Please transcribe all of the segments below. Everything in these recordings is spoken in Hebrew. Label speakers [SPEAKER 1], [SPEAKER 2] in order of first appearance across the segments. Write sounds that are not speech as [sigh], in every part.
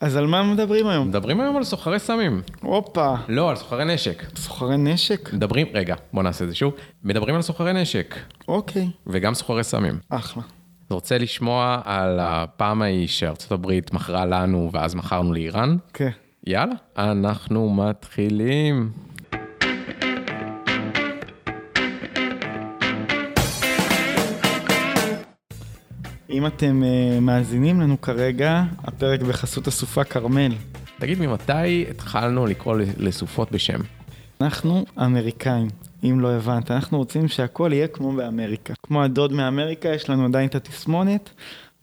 [SPEAKER 1] אז על מה מדברים היום?
[SPEAKER 2] מדברים היום על סוחרי סמים.
[SPEAKER 1] הופה,
[SPEAKER 2] לא, על סוחרי נשק.
[SPEAKER 1] סוחרי נשק?
[SPEAKER 2] מדברים, רגע, בוא נעשה את זה שוב. מדברים על סוחרי נשק,
[SPEAKER 1] אוקיי,
[SPEAKER 2] וגם סוחרי סמים.
[SPEAKER 1] אחלה.
[SPEAKER 2] אתה רוצה לשמוע על הפעם ההיא שארצות הברית מכרה לנו ואז מכרנו לאיראן?
[SPEAKER 1] כן.
[SPEAKER 2] יאללה, אנחנו מתחילים.
[SPEAKER 1] אם אתם uh, מאזינים לנו כרגע, הפרק בחסות הסופה כרמל.
[SPEAKER 2] תגיד, ממתי התחלנו לקרוא לסופות בשם?
[SPEAKER 1] אנחנו אמריקאים, אם לא הבנת. אנחנו רוצים שהכל יהיה כמו באמריקה. כמו הדוד מאמריקה, יש לנו עדיין את התסמונת.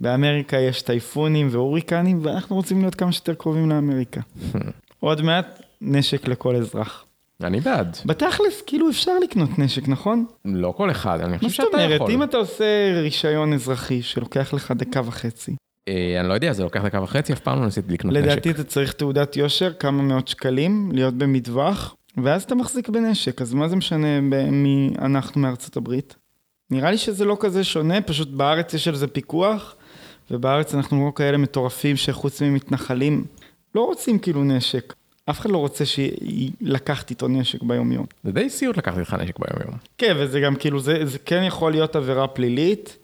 [SPEAKER 1] באמריקה יש טייפונים והוריקנים, ואנחנו רוצים להיות כמה שיותר קרובים לאמריקה. עוד מעט, נשק לכל אזרח.
[SPEAKER 2] אני בעד.
[SPEAKER 1] בתכלס, כאילו אפשר לקנות נשק, נכון?
[SPEAKER 2] לא כל אחד, אני
[SPEAKER 1] מה
[SPEAKER 2] חושב
[SPEAKER 1] זאת
[SPEAKER 2] שאתה
[SPEAKER 1] אומרת,
[SPEAKER 2] יכול.
[SPEAKER 1] אם אתה עושה רישיון אזרחי שלוקח לך דקה וחצי,
[SPEAKER 2] אה, אני לא יודע, זה לוקח דקה וחצי, אף פעם לא ניסיתי לקנות נשק.
[SPEAKER 1] לדעתי אתה צריך תעודת יושר, כמה מאות שקלים, להיות במטווח, ואז אתה מחזיק בנשק, אז מה זה משנה ב- מי אנחנו מארצות הברית? נראה לי שזה לא כזה שונה, פשוט בארץ יש על זה פיקוח, ובארץ אנחנו לא כאלה מטורפים שחוץ ממתנחלים לא רוצים כאילו נשק. אף אחד לא רוצה שלקחת איתו נשק ביום-יום.
[SPEAKER 2] זה די סיוט לקחת איתך נשק ביום-יום.
[SPEAKER 1] כן, וזה גם כאילו, זה, זה כן יכול להיות עבירה פלילית,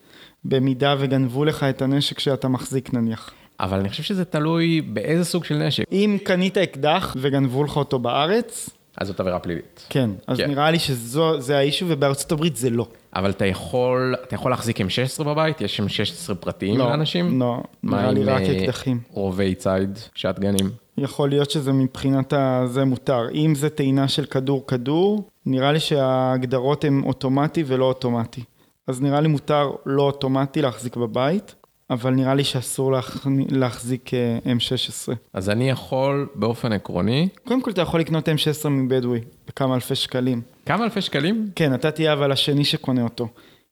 [SPEAKER 1] במידה וגנבו לך את הנשק שאתה מחזיק נניח.
[SPEAKER 2] אבל אני חושב שזה תלוי באיזה סוג של נשק.
[SPEAKER 1] אם קנית אקדח וגנבו לך אותו בארץ,
[SPEAKER 2] אז זאת עבירה פלילית.
[SPEAKER 1] כן, אז
[SPEAKER 2] כן.
[SPEAKER 1] כן. נראה לי שזה האישו, ובארצות הברית זה לא.
[SPEAKER 2] אבל אתה יכול, אתה יכול להחזיק M16 בבית? יש M16 פרטיים
[SPEAKER 1] לא,
[SPEAKER 2] לאנשים?
[SPEAKER 1] לא,
[SPEAKER 2] מה
[SPEAKER 1] נראה לי
[SPEAKER 2] עם,
[SPEAKER 1] רק
[SPEAKER 2] אה,
[SPEAKER 1] אקדחים.
[SPEAKER 2] רובי ציד, שטגנים.
[SPEAKER 1] יכול להיות שזה מבחינת ה- זה מותר. אם זה טעינה של כדור-כדור, נראה לי שההגדרות הן אוטומטי ולא אוטומטי. אז נראה לי מותר לא אוטומטי להחזיק בבית, אבל נראה לי שאסור להכ... להחזיק אה, M16.
[SPEAKER 2] אז אני יכול באופן עקרוני,
[SPEAKER 1] קודם כל, אתה יכול לקנות M16 מבדואי בכמה אלפי שקלים.
[SPEAKER 2] כמה אלפי שקלים?
[SPEAKER 1] כן, אתה תהיה אבל השני שקונה אותו.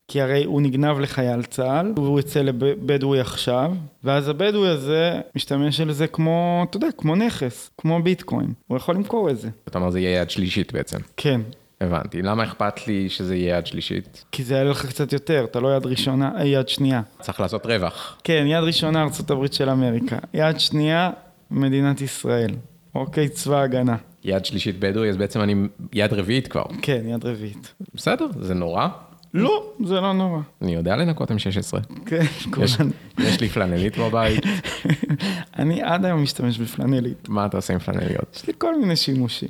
[SPEAKER 1] כי הרי הוא נגנב לחייל צה"ל, והוא יצא לבדואי עכשיו, ואז הבדואי הזה משתמש על זה כמו, אתה יודע, כמו נכס, כמו ביטקוין. הוא יכול למכור את זה.
[SPEAKER 2] אתה אומר זה יהיה יד שלישית בעצם.
[SPEAKER 1] כן,
[SPEAKER 2] הבנתי. למה אכפת לי שזה יהיה יד שלישית?
[SPEAKER 1] כי זה יעלה לך קצת יותר, אתה לא יד ראשונה, אה, יד שנייה.
[SPEAKER 2] צריך לעשות רווח.
[SPEAKER 1] כן, יד ראשונה ארה"ב של אמריקה, יד שנייה מדינת ישראל. אוקיי, צבא הגנה.
[SPEAKER 2] יד שלישית בדואי, אז בעצם אני יד רביעית כבר.
[SPEAKER 1] כן, יד רביעית.
[SPEAKER 2] בסדר, זה נורא.
[SPEAKER 1] לא, זה לא נורא.
[SPEAKER 2] אני יודע לנקות M16.
[SPEAKER 1] כן,
[SPEAKER 2] יש-
[SPEAKER 1] כולנו.
[SPEAKER 2] יש לי פלנלית בבית,
[SPEAKER 1] אני עד היום משתמש בפלנלית.
[SPEAKER 2] מה אתה עושה עם פלנליות?
[SPEAKER 1] יש לי כל מיני שימושים.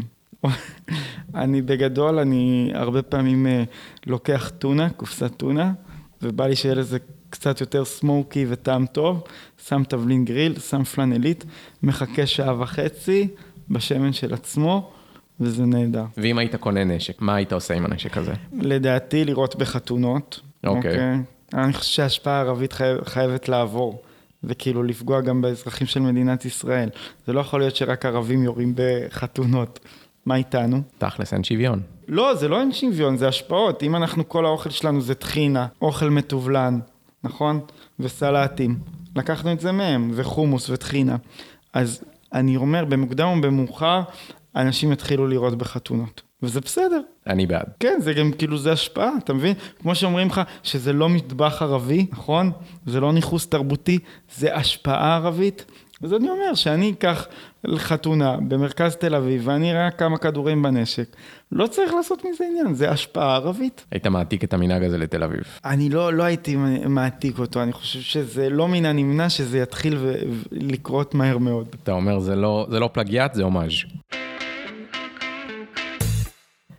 [SPEAKER 1] אני בגדול, אני הרבה פעמים אה, לוקח טונה, קופסת טונה, ובא לי שיהיה לזה קצת יותר סמוקי וטעם טוב, שם תבלין גריל, שם פלנלית, מחכה שעה וחצי בשמן של עצמו, וזה נהדר.
[SPEAKER 2] ואם היית קונה נשק, מה היית עושה עם הנשק הזה?
[SPEAKER 1] לדעתי, לראות בחתונות.
[SPEAKER 2] אוקיי.
[SPEAKER 1] אני חושב שההשפעה הערבית חייב, חייבת לעבור. וכאילו לפגוע גם באזרחים של מדינת ישראל. זה לא יכול להיות שרק ערבים יורים בחתונות. מה איתנו?
[SPEAKER 2] תכלס, אין שוויון.
[SPEAKER 1] לא, זה לא אין שוויון, זה השפעות. אם אנחנו, כל האוכל שלנו זה טחינה, אוכל מטובלן, נכון? וסלטים. לקחנו את זה מהם, וחומוס וטחינה. אז אני אומר, במוקדם או במאוחר, אנשים יתחילו לראות בחתונות. וזה בסדר.
[SPEAKER 2] אני בעד.
[SPEAKER 1] כן, זה גם כאילו, זה השפעה, אתה מבין? כמו שאומרים לך, שזה לא מטבח ערבי, נכון? זה לא ניכוס תרבותי, זה השפעה ערבית. אז אני אומר שאני אקח לחתונה במרכז תל אביב ואני אראה כמה כדורים בנשק. לא צריך לעשות מזה עניין, זה השפעה ערבית.
[SPEAKER 2] היית מעתיק את המנהג הזה לתל אביב.
[SPEAKER 1] אני לא, לא הייתי מעתיק אותו, אני חושב שזה לא מן הנמנע שזה יתחיל ו- לקרות מהר מאוד.
[SPEAKER 2] אתה אומר, זה לא, זה לא פלגיאט, זה הומאז'.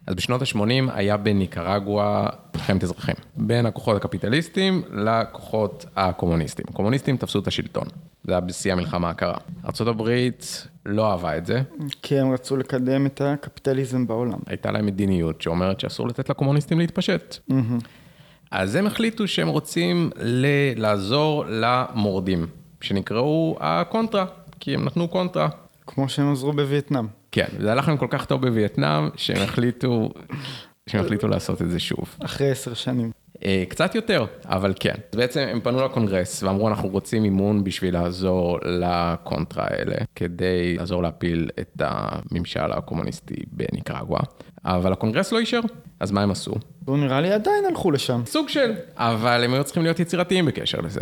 [SPEAKER 2] אז בשנות ה-80 היה בניקרגואה מלחמת אזרחים. בין הכוחות הקפיטליסטים לכוחות הקומוניסטים. הקומוניסטים תפסו את השלטון. זה היה בשיא המלחמה הקרה. ארה"ב לא אהבה את זה.
[SPEAKER 1] כי הם רצו לקדם את הקפיטליזם בעולם.
[SPEAKER 2] הייתה להם מדיניות שאומרת שאסור לתת לקומוניסטים להתפשט. אז הם החליטו שהם רוצים ל- לעזור למורדים, שנקראו הקונטרה, כי הם נתנו קונטרה.
[SPEAKER 1] כמו שהם עזרו בווייטנאם.
[SPEAKER 2] כן, זה הלך להם כל כך טוב בווייטנאם, שהם החליטו, שהם החליטו לעשות את זה שוב.
[SPEAKER 1] אחרי עשר שנים.
[SPEAKER 2] אה, קצת יותר, אבל כן. אז בעצם הם פנו לקונגרס ואמרו, אנחנו רוצים מימון בשביל לעזור לקונטרה האלה, כדי לעזור להפיל את הממשל הקומוניסטי בניקרגואה, אבל הקונגרס לא אישר, אז מה הם עשו?
[SPEAKER 1] הוא נראה לי עדיין הלכו לשם.
[SPEAKER 2] סוג של, אבל הם היו צריכים להיות יצירתיים בקשר לזה.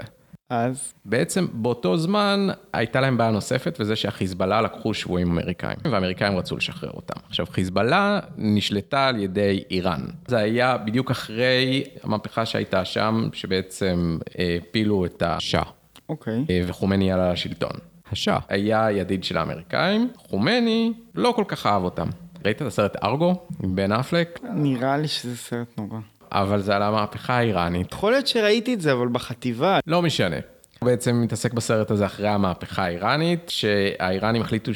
[SPEAKER 1] אז
[SPEAKER 2] בעצם באותו זמן הייתה להם בעיה נוספת, וזה שהחיזבאללה לקחו שבויים אמריקאים, והאמריקאים רצו לשחרר אותם. עכשיו, חיזבאללה נשלטה על ידי איראן. זה היה בדיוק אחרי המהפכה שהייתה שם, שבעצם אה, הפילו את השאה,
[SPEAKER 1] אוקיי.
[SPEAKER 2] אה, וחומני עלה לשלטון.
[SPEAKER 3] השעה.
[SPEAKER 2] היה ידיד של האמריקאים, חומני לא כל כך אהב אותם. ראית את הסרט ארגו עם בן אפלק?
[SPEAKER 1] נראה לי שזה סרט נורא.
[SPEAKER 2] אבל זה על המהפכה האיראנית.
[SPEAKER 1] יכול להיות שראיתי את זה, אבל בחטיבה.
[SPEAKER 2] לא משנה. הוא בעצם מתעסק בסרט הזה אחרי המהפכה האיראנית, שהאיראנים החליטו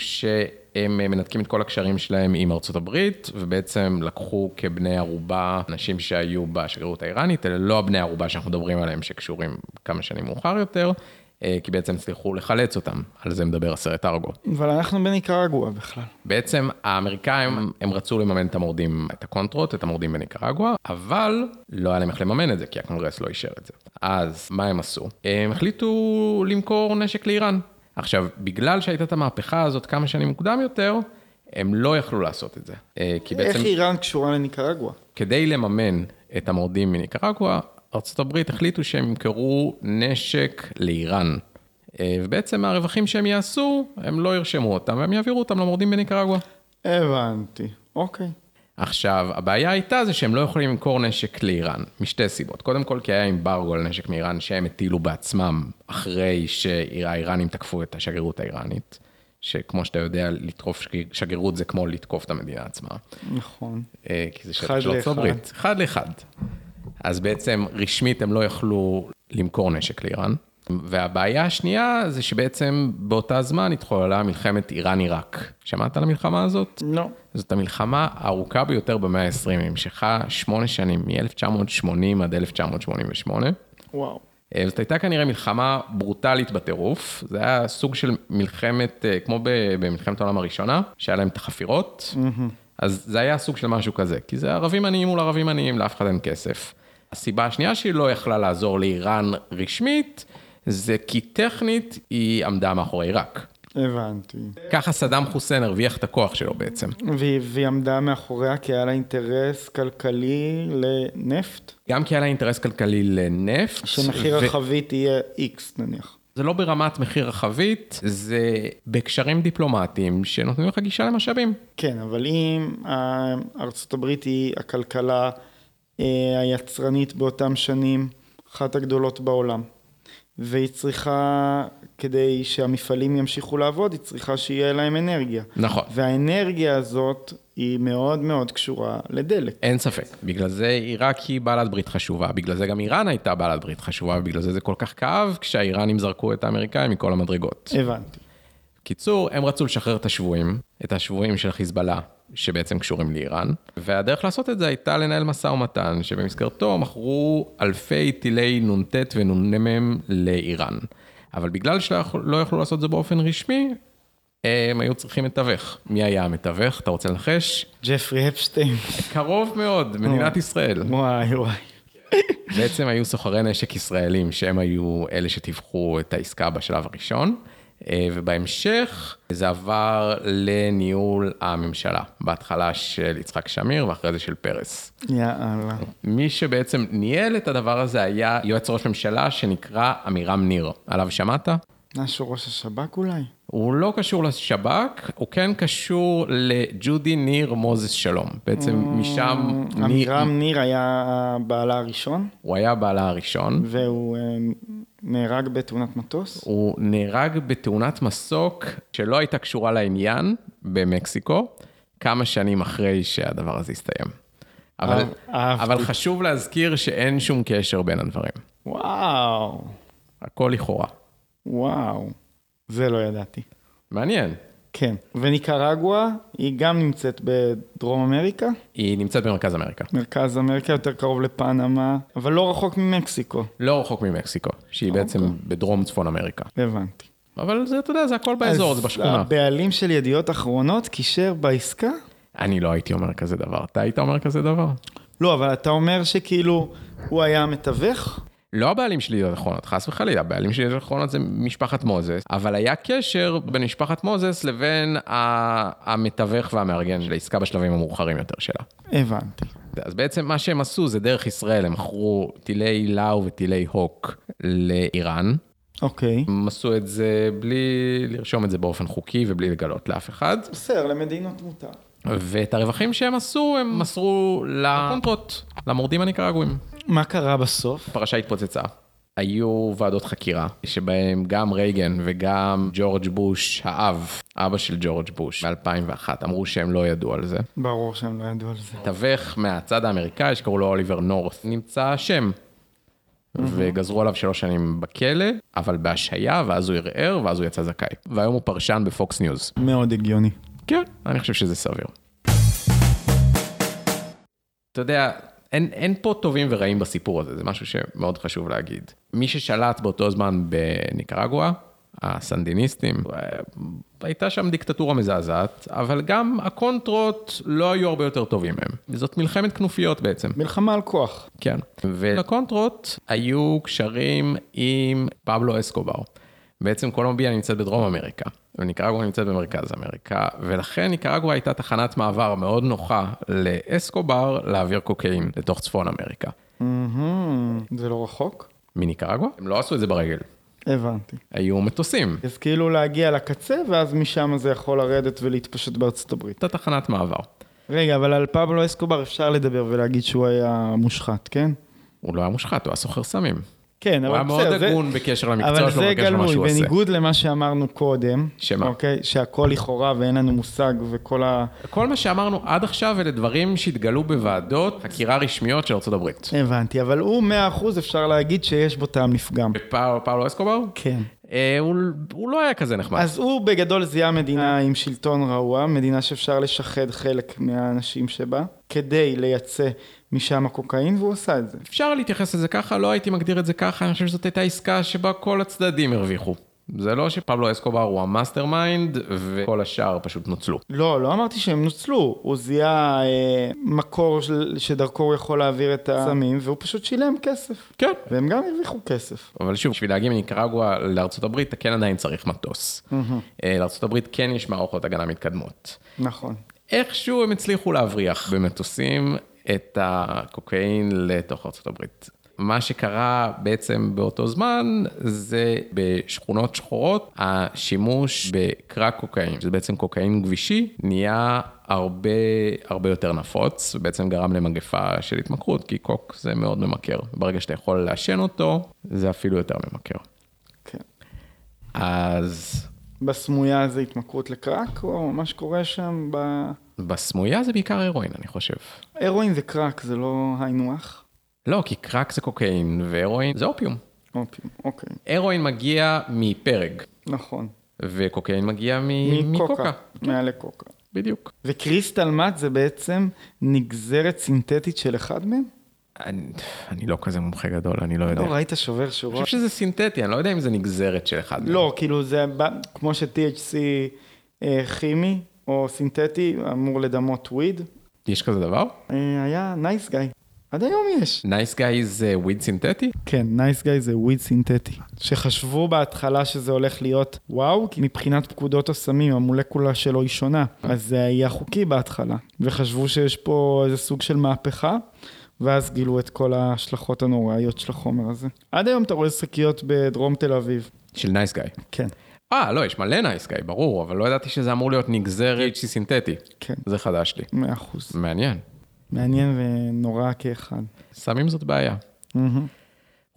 [SPEAKER 2] שהם מנתקים את כל הקשרים שלהם עם ארצות הברית, ובעצם לקחו כבני ערובה אנשים שהיו בשגרירות האיראנית, אלה לא הבני ערובה שאנחנו מדברים עליהם שקשורים כמה שנים מאוחר יותר, אה, כי בעצם הצליחו לחלץ אותם, על זה מדבר הסרט ארגו.
[SPEAKER 1] אבל אנחנו בניקרגואה בכלל.
[SPEAKER 2] בעצם האמריקאים, הם רצו לממן את המורדים, את הקונטרות, את המורדים בניקרגואה, אבל לא היה להם איך לממן את זה, כי הקונגרס לא אישר את זה. אז מה הם עשו? הם החליטו למכור נשק לאיראן. עכשיו, בגלל שהייתה את המהפכה הזאת כמה שנים מוקדם יותר, הם לא יכלו לעשות את זה. אה, כי בעצם,
[SPEAKER 1] איך איראן קשורה לניקרגואה?
[SPEAKER 2] כדי לממן את המורדים מניקרגואה, ארה"ב החליטו שהם ימכרו נשק לאיראן. אה, ובעצם הרווחים שהם יעשו, הם לא ירשמו אותם, והם יעבירו אותם למורדים בניקרגואה.
[SPEAKER 1] הבנתי. אוקיי.
[SPEAKER 2] עכשיו, הבעיה הייתה זה שהם לא יכולים למכור נשק לאיראן, משתי סיבות. קודם כל, כי היה אמברגו על נשק מאיראן שהם הטילו בעצמם אחרי שהאיראנים תקפו את השגרירות האיראנית, שכמו שאתה יודע, לתקוף שגר- שגרירות זה כמו לתקוף את המדינה עצמה.
[SPEAKER 1] נכון.
[SPEAKER 2] אה, כי זה שטח
[SPEAKER 1] אחד
[SPEAKER 2] של ארצות
[SPEAKER 1] לאחד.
[SPEAKER 2] הברית, אחד לאחד. אז בעצם רשמית הם לא יכלו למכור נשק לאיראן. והבעיה השנייה זה שבעצם באותה זמן התחוללה מלחמת איראן-עיראק. שמעת על המלחמה הזאת?
[SPEAKER 1] לא.
[SPEAKER 2] זאת המלחמה הארוכה ביותר במאה ה-20, היא נמשכה שמונה שנים, מ-1980 עד 1988.
[SPEAKER 1] וואו.
[SPEAKER 2] אה, זאת הייתה כנראה מלחמה ברוטלית בטירוף, זה היה סוג של מלחמת, אה, כמו ב- במלחמת העולם הראשונה, שהיה להם את החפירות, אז זה היה סוג של משהו כזה, כי זה ערבים עניים מול ערבים עניים, לאף אחד אין כסף. הסיבה השנייה שהיא לא יכלה לעזור לאיראן רשמית, זה כי טכנית היא עמדה מאחורי עיראק.
[SPEAKER 1] הבנתי.
[SPEAKER 2] ככה סדאם חוסיין הרוויח את הכוח שלו בעצם.
[SPEAKER 1] והיא והיא עמדה מאחוריה כי היה לה אינטרס כלכלי לנפט,
[SPEAKER 2] גם כי היה לה אינטרס כלכלי לנפט.
[SPEAKER 1] שמחיר החבית יהיה X נניח.
[SPEAKER 2] זה לא ברמת מחיר החבית, זה בקשרים דיפלומטיים שנותנים לך גישה למשאבים.
[SPEAKER 1] כן, אבל אם אה, ארצות הברית היא הכלכלה אה, היצרנית באותם שנים, אחת הגדולות בעולם, והיא צריכה, כדי שהמפעלים ימשיכו לעבוד, היא צריכה שיהיה להם אנרגיה.
[SPEAKER 2] נכון.
[SPEAKER 1] והאנרגיה הזאת היא מאוד מאוד קשורה לדלק.
[SPEAKER 2] אין ספק. בגלל זה עיראק היא בעלת ברית חשובה, בגלל זה גם איראן הייתה בעלת ברית חשובה, ובגלל זה זה כל כך כאב כשהאיראנים זרקו את האמריקאים מכל המדרגות.
[SPEAKER 1] הבנתי.
[SPEAKER 2] קיצור, הם רצו לשחרר את השבויים, את השבויים של חיזבאללה, שבעצם קשורים לאיראן, והדרך לעשות את זה הייתה לנהל משא ומתן, שבמסגרתו מכרו אלפי טילי נ"ט ונ"מ לאיראן. אבל בגלל שלא יכול- לא יכלו לעשות את זה באופן רשמי, הם היו צריכים מתווך. מי היה המתווך? אתה רוצה לנחש?
[SPEAKER 1] ג'פרי אפשטיין.
[SPEAKER 2] קרוב מאוד, מדינת ישראל.
[SPEAKER 1] וואי וואי.
[SPEAKER 2] בעצם היו סוחרי נשק ישראלים, שהם היו אלה שטיווחו את העסקה בשלב הראשון, אה, ובהמשך זה עבר לניהול הממשלה, בהתחלה של יצחק שמיר ואחרי זה של פרס.
[SPEAKER 1] יאללה.
[SPEAKER 2] מי שבעצם ניהל את הדבר הזה היה יועץ ראש ממשלה שנקרא עמירם ניר. עליו שמעת?
[SPEAKER 1] משהו ראש השב"כ אולי?
[SPEAKER 2] הוא לא קשור לשב"כ, הוא כן קשור לג'ודי ניר מוזס שלום. בעצם משם
[SPEAKER 1] אה,
[SPEAKER 2] ניר,
[SPEAKER 1] עמירם ניר היה בעלה הראשון,
[SPEAKER 2] הוא היה בעלה הראשון.
[SPEAKER 1] והוא אה, נהרג בתאונת מטוס.
[SPEAKER 2] הוא נהרג בתאונת מסוק שלא הייתה קשורה לעניין במקסיקו, כמה שנים אחרי שהדבר הזה הסתיים. אבל,
[SPEAKER 1] אה, אהבתי.
[SPEAKER 2] אבל חשוב להזכיר שאין שום קשר בין הדברים.
[SPEAKER 1] וואו,
[SPEAKER 2] הכל לכאורה.
[SPEAKER 1] וואו. זה לא ידעתי.
[SPEAKER 2] מעניין.
[SPEAKER 1] כן. וניקרגואה, היא גם נמצאת בדרום אמריקה,
[SPEAKER 2] היא נמצאת במרכז אמריקה.
[SPEAKER 1] מרכז אמריקה יותר קרוב לפנמה, אבל לא רחוק ממקסיקו.
[SPEAKER 2] לא רחוק ממקסיקו, שהיא
[SPEAKER 1] אוקיי.
[SPEAKER 2] בעצם בדרום צפון אמריקה.
[SPEAKER 1] הבנתי.
[SPEAKER 2] אבל זה, אתה יודע, זה הכל באזור,
[SPEAKER 1] אז אה,
[SPEAKER 2] זה בשכונה.
[SPEAKER 1] הבעלים של ידיעות אחרונות קישר בעסקה?
[SPEAKER 2] אני לא הייתי אומר כזה דבר. אתה היית אומר כזה דבר?
[SPEAKER 1] לא, אבל אתה אומר שכאילו הוא היה המתווך?
[SPEAKER 2] לא הבעלים של ידיעות אחרונות, חס וחלילה, הבעלים של ידיעות אחרונות זה משפחת מוזס, אבל היה קשר בין משפחת מוזס לבין ה- המתווך והמארגן של העסקה בשלבים המאוחרים יותר שלה.
[SPEAKER 1] הבנתי.
[SPEAKER 2] אז בעצם מה שהם עשו זה דרך ישראל, הם מכרו טילי לאו וטילי הוק לאיראן,
[SPEAKER 1] אוקיי.
[SPEAKER 2] הם עשו את זה בלי לרשום את זה באופן חוקי ובלי לגלות לאף אחד.
[SPEAKER 1] בסדר, למדינות מותר.
[SPEAKER 2] ואת הרווחים שהם עשו, הם מסרו לקונטרות, למורדים הניקרגואים.
[SPEAKER 1] מה קרה בסוף?
[SPEAKER 2] הפרשה התפוצצה. היו ועדות חקירה, שבהם גם רייגן וגם ג'ורג' בוש, האב, אבא של ג'ורג' בוש, ב-2001, אמרו שהם לא ידעו על זה.
[SPEAKER 1] ברור שהם לא ידעו על זה.
[SPEAKER 2] מתווך מהצד האמריקאי שקראו לו אוליבר נורת, נמצא אשם. וגזרו עליו שלוש שנים בכלא, אבל בהשעיה, ואז הוא ערער, ואז הוא יצא זכאי. והיום הוא פרשן בפוקס ניוז.
[SPEAKER 1] מאוד הגיוני.
[SPEAKER 2] כן, אני חושב שזה סביר. אתה יודע, אין, אין פה טובים ורעים בסיפור הזה, זה משהו שמאוד חשוב להגיד. מי ששלט באותו זמן בניקרגואה, הסנדיניסטים, אה, הייתה שם דיקטטורה מזעזעת, אבל גם הקונטרות לא היו הרבה יותר טובים מהם. זאת מלחמת כנופיות בעצם.
[SPEAKER 1] מלחמה על כוח.
[SPEAKER 2] כן. ולקונטרות היו קשרים עם פבלו אסקובר. בעצם קולומביה נמצאת בדרום אמריקה, וניקרגואה נמצאת במרכז אמריקה, ולכן ניקרגואה הייתה תחנת מעבר מאוד נוחה לאסקובר להעביר קוקאין לתוך צפון אמריקה.
[SPEAKER 1] זה לא רחוק?
[SPEAKER 2] מניקרגואה? הם לא עשו את זה ברגל,
[SPEAKER 1] הבנתי.
[SPEAKER 2] היו מטוסים.
[SPEAKER 1] אז כאילו להגיע לקצה, ואז משם זה יכול לרדת ולהתפשט בארצות הברית.
[SPEAKER 2] הייתה תחנת מעבר.
[SPEAKER 1] רגע, אבל על פבלו אסקובר אפשר לדבר ולהגיד שהוא היה מושחת, כן?
[SPEAKER 2] הוא לא היה מושחת, הוא היה סוחר סמים.
[SPEAKER 1] כן,
[SPEAKER 2] הוא היה
[SPEAKER 1] אבל
[SPEAKER 2] מאוד
[SPEAKER 1] בסדר, זה-
[SPEAKER 2] הגון בקשר למקצוע
[SPEAKER 1] אבל
[SPEAKER 2] שלו,
[SPEAKER 1] זה
[SPEAKER 2] בקשר למה
[SPEAKER 1] גלוי,
[SPEAKER 2] שהוא עושה.
[SPEAKER 1] בניגוד למה שאמרנו קודם.
[SPEAKER 2] שמה?
[SPEAKER 1] אוקיי, שהכל לכאורה ואין לנו מושג וכל ה...
[SPEAKER 2] כל מה שאמרנו עד עכשיו אלה דברים שהתגלו בוועדות חקירה רשמיות של ארה"ב.
[SPEAKER 1] הבנתי, אבל הוא 100% אפשר להגיד שיש בו טעם
[SPEAKER 2] כן.
[SPEAKER 1] לפגם.
[SPEAKER 2] פאולו אסקובר?
[SPEAKER 1] כן.
[SPEAKER 2] אה, הוא, הוא לא היה כזה נחמד.
[SPEAKER 1] אז הוא בגדול זיהה מדינה עם שלטון רעוע, מדינה שאפשר לשחד חלק מהאנשים שבה, כדי לייצא משם קוקאין, והוא עשה את זה.
[SPEAKER 2] אפשר להתייחס לזה ככה, לא הייתי מגדיר את זה ככה, אני חושב שזאת הייתה עסקה שבה כל הצדדים הרוויחו. זה לא שפבלו אסקובר הוא המאסטר מיינד, וכל השאר פשוט נוצלו.
[SPEAKER 1] לא, לא אמרתי שהם נוצלו, הוא זיהה אה, מקור של- שדרכו הוא יכול להעביר את הסמים, והוא פשוט שילם כסף.
[SPEAKER 2] כן.
[SPEAKER 1] והם גם הרוויחו כסף.
[SPEAKER 2] אבל שוב, בשביל להגיע מניקרגואה לארצות הברית, אתה כן עדיין צריך מטוס. אה, לארצות הברית כן יש מערכות הגנה מתקדמות.
[SPEAKER 1] נכון.
[SPEAKER 2] איכשהו הם הצליחו להבריח במטוסים את הקוקאין לתוך ארה"ב. מה שקרה בעצם באותו זמן, זה בשכונות שחורות, השימוש בקרק קוקאין, שזה בעצם קוקאין גבישי, נהיה הרבה הרבה יותר נפוץ, ובעצם גרם למגפה של התמכרות, כי קוק זה מאוד ממכר. ברגע שאתה יכול לעשן אותו, זה אפילו יותר ממכר.
[SPEAKER 1] כן.
[SPEAKER 2] אז
[SPEAKER 1] בסמויה זה התמכרות לקרק, או מה שקורה שם ב...
[SPEAKER 2] בסמויה זה בעיקר הרואין, אני חושב.
[SPEAKER 1] הרואין זה קרק, זה לא היינו הך.
[SPEAKER 2] לא, כי קרק זה קוקאין, והרואין זה אופיום.
[SPEAKER 1] אופיום, אוקיי,
[SPEAKER 2] הרואין מגיע מפרג,
[SPEAKER 1] נכון.
[SPEAKER 2] וקוקאין מגיע מ...
[SPEAKER 1] מקוקה,
[SPEAKER 2] מקוקה.
[SPEAKER 1] מעל לקוקה.
[SPEAKER 2] בדיוק.
[SPEAKER 1] וקריסטל מאט זה בעצם נגזרת סינתטית של אחד מהם?
[SPEAKER 2] אני, אני לא כזה מומחה גדול, אני לא יודע.
[SPEAKER 1] לא,
[SPEAKER 2] אני
[SPEAKER 1] ראית שובר שורות?
[SPEAKER 2] חושב שזה סינתטי, אני לא יודע אם זה נגזרת של אחד. מהם.
[SPEAKER 1] לא, כאילו זה בא- כמו ש-THC אה, כימי או סינתטי אמור לדמות וויד.
[SPEAKER 2] יש כזה דבר?
[SPEAKER 1] אה, היה נייס גיא. עד היום יש.
[SPEAKER 2] נייס גאי זה וויד סינתטי?
[SPEAKER 1] כן, נייס גיא זה וויד סינתטי. שחשבו בהתחלה שזה הולך להיות וואו, כי מבחינת פקודות הסמים המולקולה שלו היא שונה. אז זה היה חוקי בהתחלה. וחשבו שיש פה איזה סוג של מהפכה, ואז גילו את כל ההשלכות הנוראיות של החומר הזה. עד היום אתה רואה שקיות בדרום תל אביב.
[SPEAKER 2] של נייס גאי.
[SPEAKER 1] כן.
[SPEAKER 2] אה, לא, יש מלא נייס גאי, ברור, אבל לא ידעתי שזה אמור להיות נגזר HC סינתטי.
[SPEAKER 1] כן.
[SPEAKER 2] זה חדש לי.
[SPEAKER 1] מאה אחוז.
[SPEAKER 2] מעניין.
[SPEAKER 1] מעניין ונורא כאחד.
[SPEAKER 2] סמים זאת בעיה.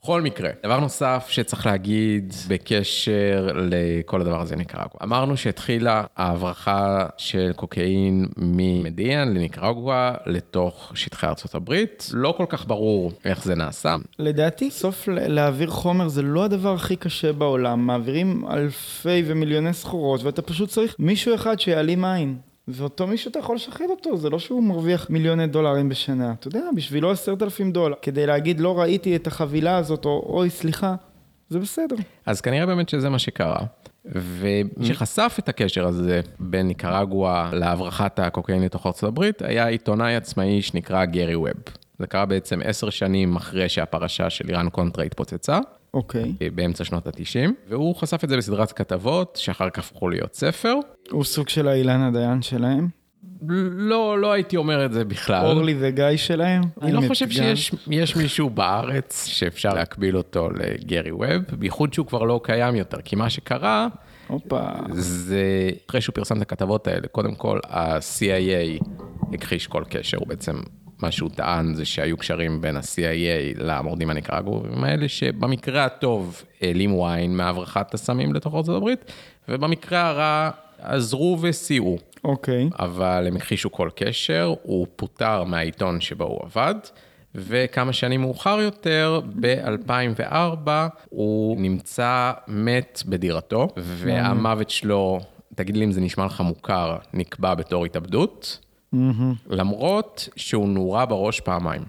[SPEAKER 2] בכל מקרה, דבר נוסף שצריך להגיד בקשר לכל הדבר הזה ניקרגואה. אמרנו שהתחילה ההברחה של קוקאין ממדיאן לניקרגואה לתוך שטחי ארצות הברית. לא כל כך ברור איך זה נעשה.
[SPEAKER 1] לדעתי, סוף ל- להעביר חומר זה לא הדבר הכי קשה בעולם. מעבירים אלפי ומיליוני סחורות, ואתה פשוט צריך מישהו אחד שיעלים עין. ואותו מישהו אתה יכול לשחד אותו, זה לא שהוא מרוויח מיליוני דולרים בשנה. אתה יודע, בשבילו עשרת אלפים דולר. כדי להגיד, לא ראיתי את החבילה הזאת, או אוי, סליחה, זה בסדר.
[SPEAKER 2] אז כנראה באמת שזה מה שקרה. ומי שחשף את הקשר הזה בין ניקרגואה להברחת הקוקאין לתוך ארצות הברית, היה עיתונאי עצמאי שנקרא גרי ווב. זה קרה בעצם עשר שנים אחרי שהפרשה של איראן קונטרה התפוצצה.
[SPEAKER 1] אוקיי.
[SPEAKER 2] באמצע שנות ה-90, והוא חשף את זה בסדרת כתבות, שאחר כך הפכו להיות ספר.
[SPEAKER 1] הוא סוג של האילנה דיין שלהם.
[SPEAKER 2] לא, לא הייתי אומר את זה בכלל.
[SPEAKER 1] אורלי וגיא שלהם?
[SPEAKER 2] אה? אני לא
[SPEAKER 1] עם
[SPEAKER 2] חושב
[SPEAKER 1] אתגר.
[SPEAKER 2] שיש יש מישהו בארץ שאפשר להקביל אותו לגרי ווב, בייחוד שהוא כבר לא קיים יותר, כי מה שקרה
[SPEAKER 1] הופה.
[SPEAKER 2] זה, אחרי שהוא פרסם את הכתבות האלה, קודם כל ה-CIA הכחיש כל קשר, הוא בעצם, מה שהוא טען זה שהיו קשרים בין ה-CIA למורדים הניקרגובים האלה, שבמקרה הטוב העלימו עין מהברחת הסמים לתוך ארצות הברית, ובמקרה הרע עזרו וסייעו.
[SPEAKER 1] אוקיי.
[SPEAKER 2] אבל הם הכחישו כל קשר, הוא פוטר מהעיתון שבו הוא עבד, וכמה שנים מאוחר יותר, ב-2004, הוא נמצא מת בדירתו, והמוות שלו, תגיד לי אם זה נשמע לך מוכר, נקבע בתור התאבדות, למרות שהוא נורה בראש פעמיים.